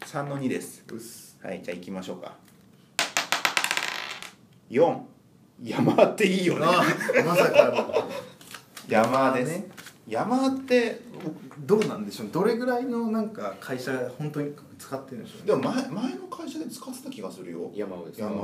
3の2ですうっすはいじゃあ行きましょうか4山っていいよねあまさかの山です、ね山ってどうなんでしょうどれぐらいのなんか会社本当に使ってるんでしょうねでも前前の会社で使ってた気がするよ山をですか山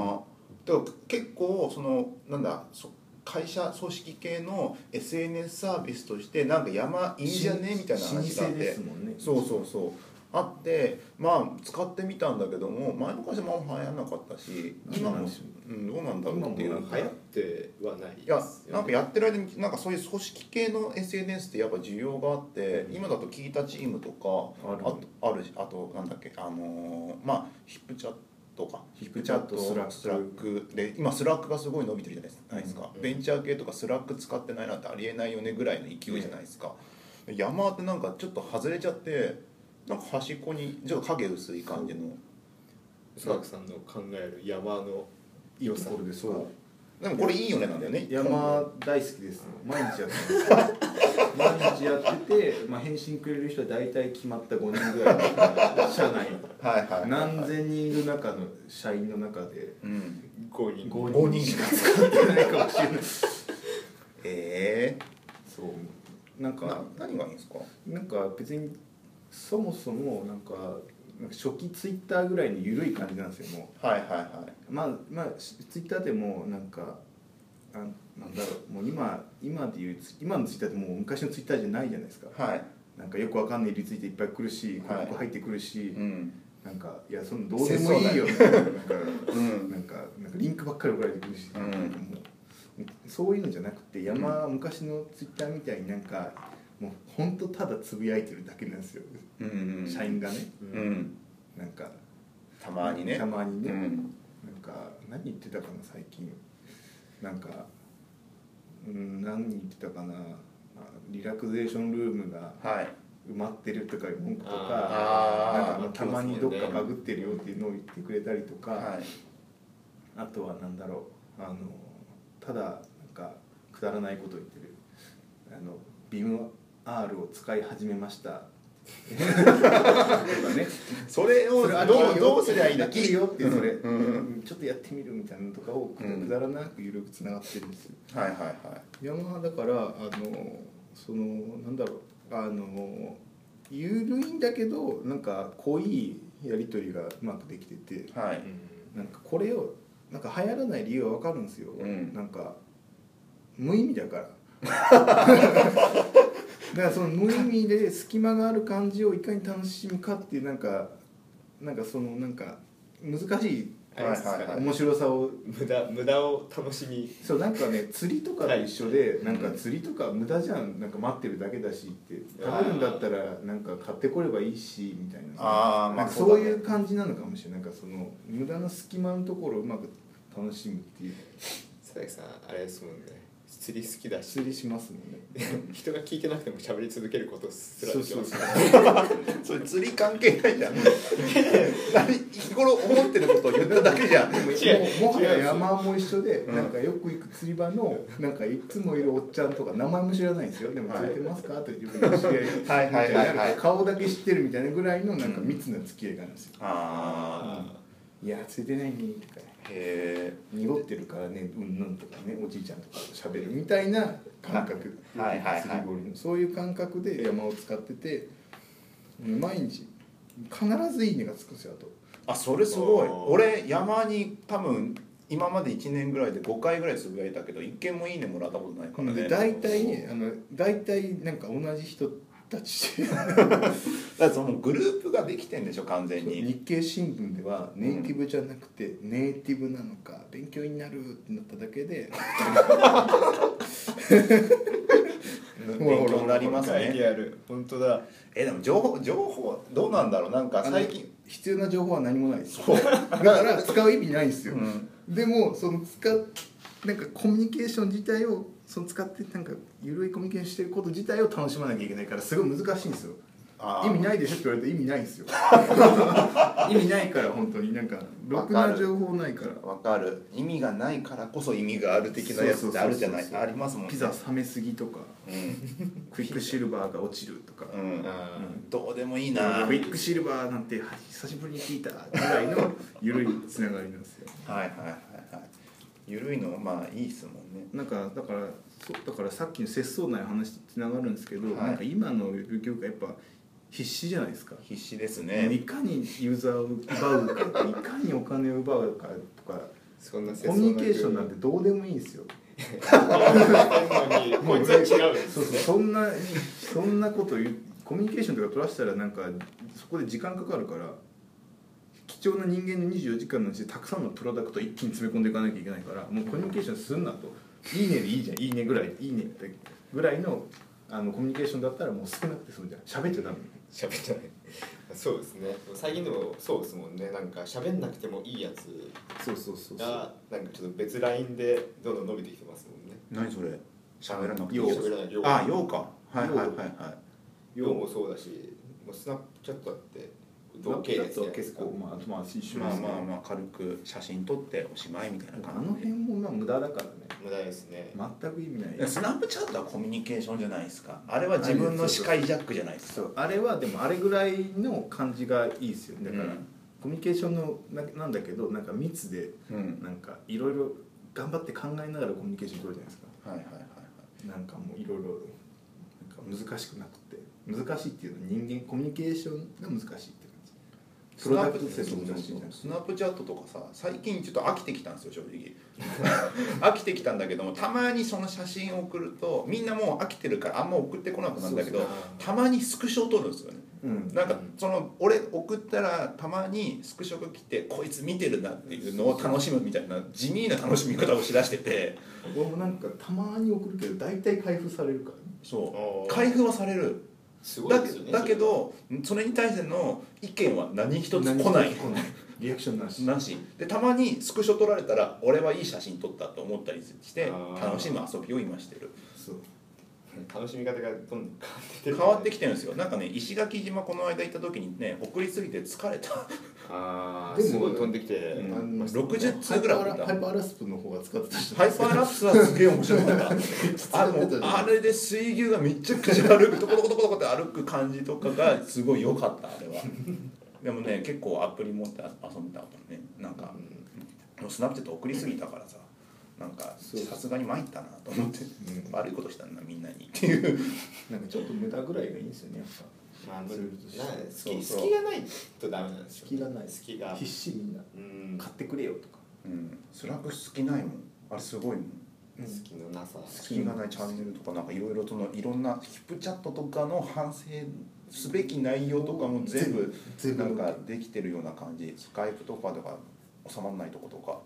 でも結構そのなんだそ会社組織系の SNS サービスとしてなんか山いいんじゃねみたいな話があっ老舗でてすもんねそうそうそうあってまあ使ってみたんだけども前の会社もあんま流行らなかったし今そうなんもですようんどうなんだろうっていう今流も行ってはないいでやすよねなんかやってる間になんかそういう組織系の SNS ってやっぱ需要があって、うん今だと聞いたチームとかあるとあるしあとなんだっけあのーまあヒップチャットかヒップチャットヒップチスラッククで今スラックがすごい伸びてるじゃないですか、うんベンチャー系とかスラック使ってないなんてありえないよねぐらいの勢いじゃないですか、山ってなんかちょっと外れちゃってなんか端っこにちょっと影薄い感じの佐々木さんの考える山の良さところですかでもこれいいよねなんだよね山大好きです毎日やってます毎日やってて、まあ、返信くれる人は大体決まった5人ぐらいの社内はいはいはい何千人いる中の社員の中でうん5人5五人人しか使ってないかもしれないええそうなんー、なか何がいいんですかなんか別にそもそもなんかなんか初期ツイッターぐらいの緩い感じなんですよもうはいはいはいまあまあしツイッターでもなんかあなんだろうもう今今でいうツイ今のツイッターってもう昔のツイッターじゃないじゃないですかはい、なんかよくわかんないリツイートいっぱい来るしはい広告入ってくるし、んなんかいやそのどうでも いいよねなんかうんなんかなんかリンクばっかり送られてくるし、うんなんかもうそういうのじゃなくて山、昔のツイッターみたいになんかもうほんとただつぶやいてるだけなんですよ、うん社員がねうんうんなんかたまにねたまにね、うんなんか何言ってたかな最近なんかうん何言ってたかなあリラクゼーションルームがはい埋まってるとかいう文句とかあーなんかたまにどっかバグってるよっていうのを言ってくれたりとか、はいあとは何だろうあのただなんかくだらないことを言ってるあのビム R を使い始めましたとかねそれをそれ飽きどるうよどうすりゃいいんだ飽きるよってそれ、うんうんちょっとやってみるみたいなのとかをくうんくだらなく緩くつながってるんですよ、はいはいはヤマハだからあのそのなんだろうあの緩いんだけどなんか濃いやり取りがうまくできてていはいなんかこれをなんか流行らない理由はわかるんですよ、うんなんか無意味だ からだからその無意味で隙間がある感じをいかに楽しむかっていうなんかなんかそのなんか難しいあれですかはいはいはい面白さを無駄無駄を楽しみそうなんかね釣りとかと一緒で、いなんか釣りとか無駄じゃんなんか待ってるだけだしって食べるんだったらなんか買ってこればいいしみたいなあーまあなんかそうそいうだうね感じなのかもしれないなんかその無駄な隙間のところをうまく楽しむっていう佐々木さんあれですもんね釣り好きだし 釣りしますもんね人が聞いてなくても喋り続けることすらそうできそまうすそうそれ釣り関係ないじゃん何日頃思ってることを言っただけじゃんも違ううもはや違う山も一緒でうんなんかよく行く釣り場のなんかいつもいるおっちゃんとか名前も知らないんですよでもはい釣れてますかって自分の知りは合いいはいはいはいなんか顔だけ知ってるみたいなぐらいのなんか密な付き合いがあるんですよああいや釣れてないねとかへ濁ってるからねうんうんとかねおじいちゃんとかと喋るみたいな感覚はいはいはい釣り堀のそういう感覚で山を使ってて毎日必ず「いいね」がつくんですよあとえあそれすごいあー俺山に多分今まで1年ぐらいで5回ぐらいつぶやいたけど一件もいいねもらったことないからねで大体ねあの大体なんか同じ人た ちでだからそのグループができてんでしょ完全に日経新聞ではネイティブじゃなくてネイティブなのか勉強になるってなっただけで勉ほらほら強になります書いねてある本当だえでも情報情報どうなんだろうなんかあの最近必要な情報は何もないですだから使う意味ないんですよ、うんでもその使っなんかコミュニケーション自体をその使ってなんか緩いコミュニケーションしてること自体を楽しまなきゃいけないからすごい難しいんですよあー 意味ないでしょって言われると意味ないんですよ意味ないから本当になんかろくな情報ないからわかる意味がないからこそ意味がある的なやつってあるじゃなそうそうそういそうありますもんねピザ冷めすぎとかうん、クイックシルバーが落ちるとか、うん、あどうでもいいなクイックシルバーなんて久しぶりに聞いたぐらいの緩いつながりなんですよはいはいはいはいゆるいのはまあいいですもんねなんかだからそうだからさっきの節操内の話とつながるんですけど、はいなんか今の業界やっぱ必死じゃないですか、必死ですねいかにユーザーを奪うかいかにお金を奪うかとかそんなコミュニケーションなんてどうでもいいんで すよもう全然違うんでそうすそうそねんなそんなこと言うコミュニケーションとか取らせたらなんかそこで時間かかるから貴重な人間の24時間のうちでたくさんのプロダクトを一気に詰め込んでいかなきゃいけないからもうコミュニケーションすんなと「いいね」でいいじゃん「いいね」ぐらい「いいね」ってぐらいのあのコミュニケーションだったらもう少なくて済むじゃん喋っちゃダメ喋ってないそうですね最近でもそうですもんねなんか喋んなくてもいいやつそうそうそうそうがなんかちょっと別ラインでどんどん伸びてきてますもんね何それ喋らなくていよいう喋らないようあようかはいはいはいはいようもそうだしもうスナップチャットだって同系列だじゃとないです結か構まあまあ一緒ですねまあまあまあ軽く写真撮っておしまいみたいなあ感のじ辺もまあ無駄だからね無駄ですね全く意味ないいやスナップチャットはコミュニケーションじゃないですかあれは自分の視界ジャックじゃないですそかうあれはでもあれぐらいの感じがいいですよだから、うんコミュニケーションのななんだけどなんか密でうんなんかいろいろ頑張って考えながらコミュニケーション取るじゃないですかはいはいはいはいなんかもういろいろなんか難しくなくて難しいっていうのは人間コミュニケーションが難しいって感じプロダクトセットも難しいじゃないですスナップチャットとかさ最近ちょっと飽きてきたんですよ正直 飽きてきたんだけどもたまにその写真を送るとみんなもう飽きてるからあんま送ってこなくなるんだけどそうそうたまにスクショを撮るんですよねうんなんかその俺送ったらたまにスクショが来てこいつ見てるなっていうのを楽しむみたいな地味な楽しみ方をしだしてて俺もなんかたまに送るけど大体開封されるからねそあうー開封はされるすごいだですよねだけどそれに対しての意見は何一つ来ない何一つリアクションなしなしでたまにスクショ撮られたら俺はいい写真撮ったと思ったりしてあー楽しむ遊びを今してるそう楽しみ方がどんどん変変わわっっててききててるるんですよなんかね石垣島この間行った時にね送りすぎて疲 れたああですもごい飛んできて、うんあの60通ぐらい送ったハイパーラハイパーラスプの方が使ってた人ハイパーラプスはすげえ面白かったあの あれで水牛がめちゃくちゃ歩くとこどこどこどこって歩く感じとかがすごい良かったあれはでもね結構アプリ持って遊んでたもんねなんかもうスナップチャット送りすぎたからさなんかそうさすがに参ったなと思って、うん悪いことしたんだみんなにっていうなんかちょっと無駄ぐらいがいいんですよねやっまあ、むそういうことなそう隙そう隙がないとダメなんですよ、隙がない隙がぱ必死みんなうん買ってくれよとかうん、スラック好きないもんあれすごいもん隙のなさ隙がないチャンネルとかなんかいろいろとのいろんなヒップチャットとかの反省すべき内容とかも全部全部なんかできてるような感じスカイプとかとか収まらないとことか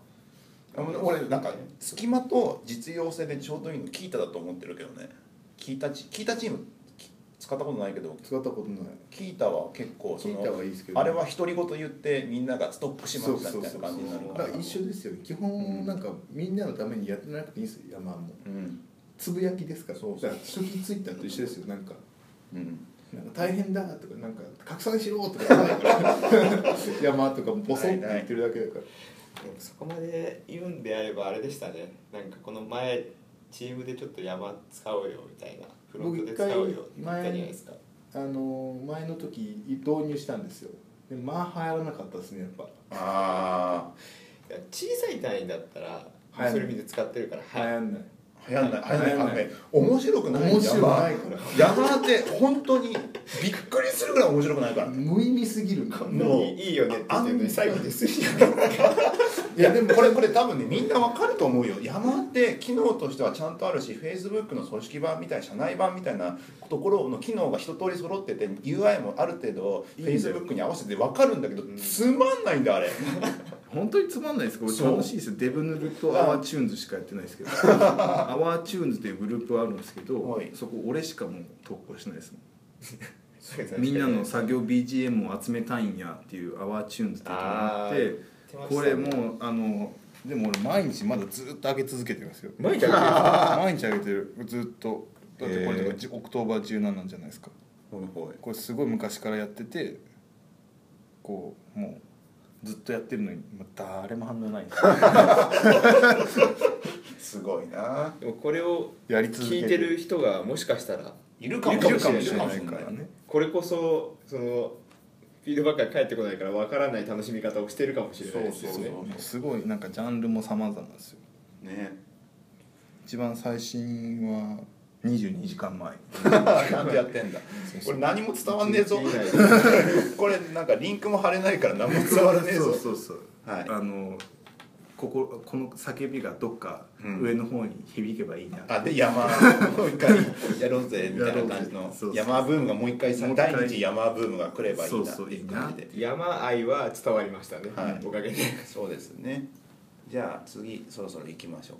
あの俺なんか隙間と実用性でちょうどいいの聞いただと思ってるけどね聞いたチ聞いたチームき使ったことないけど使ったことない聞いたは結構そ聞いのたはいいですけどあれは独り言言ってみんながストップしましたみたいな感じになるだかからら一緒ですよ基本なんかみんなのためにやってなくていいんですよ山もうんつぶやきですからそうそうだから初期ツイッターと一緒ですよなんかうんなんか大変だとかなんか拡散しろとか言わないから山とかボソって言ってるだけだからでもそこまで言うんであればあれでしたねなんかこの前チームでちょっと山使おうよみたいなフロントで使おうよって言ったじゃないですかあのー前の時導入したんですよでまあ流行らなかったですねやっぱあいや小さい単位だったらはいそれ見て使ってるから流い行んないあ流行んない流行んない流行んない流行んない面白くない面白くない山から山って本当にびっくりするぐらい面白くないから無意味すぎるからもういいいいよねって言ってるのに最後でするじゃんいやでもこれこれ多分ねみんなわかると思うよ山って機能としてはちゃんとあるし Facebook の組織版みたい社内版みたいなところの機能が一通り揃ってて UI もある程度いいんだよ Facebook に合わせてわかるんだけどんつまんないんだあれ本当につまんないですこそうれ楽しいですよデブヌルとアワーチューンズしかやってないですけど アワーチューンズっていうグループはあるんですけどはいそこ俺しかもう投稿しないですもん最後みんなの作業 BGM を集めたいんやっていうアワーチューンズっていうのがあっあーて言ってまこしたねれもうあのでも俺毎日まだずっと上げ続けてますよ毎 日上げてる毎日上げてるずっとだってこれとかじオクトーバー17なんじゃないですかこれすごい昔からやっててこうもうずっとやってるのに、まあ、誰も反応ない すごいなでもこれをやり続け聞いてる人がもしかしたらいるいるかもしれないかかららねねこれこそそのフィードバックが返ってこないからわからない楽しみ方をしてるかもしれないですよねそうそうすごいなんかジャンルも様々ですよ ね一番最新は22時間前ちゃんとやってんだそうこそうれ何も伝わんねえぞ一日以内これなんかリンクも貼れないから何も伝わらねえぞ そうそうそう、はいあのこここの叫びがどっかうん上の方に響けばいいな、あで山もう一回やろうぜみたいな感じやろうのぜそうそう山ブームがもう一回さもう一回第二次山ブームが来ればいいなっていう感じで山愛は伝わりましたね、はいおかげでそうですねじゃあ次そろそろ行きましょうか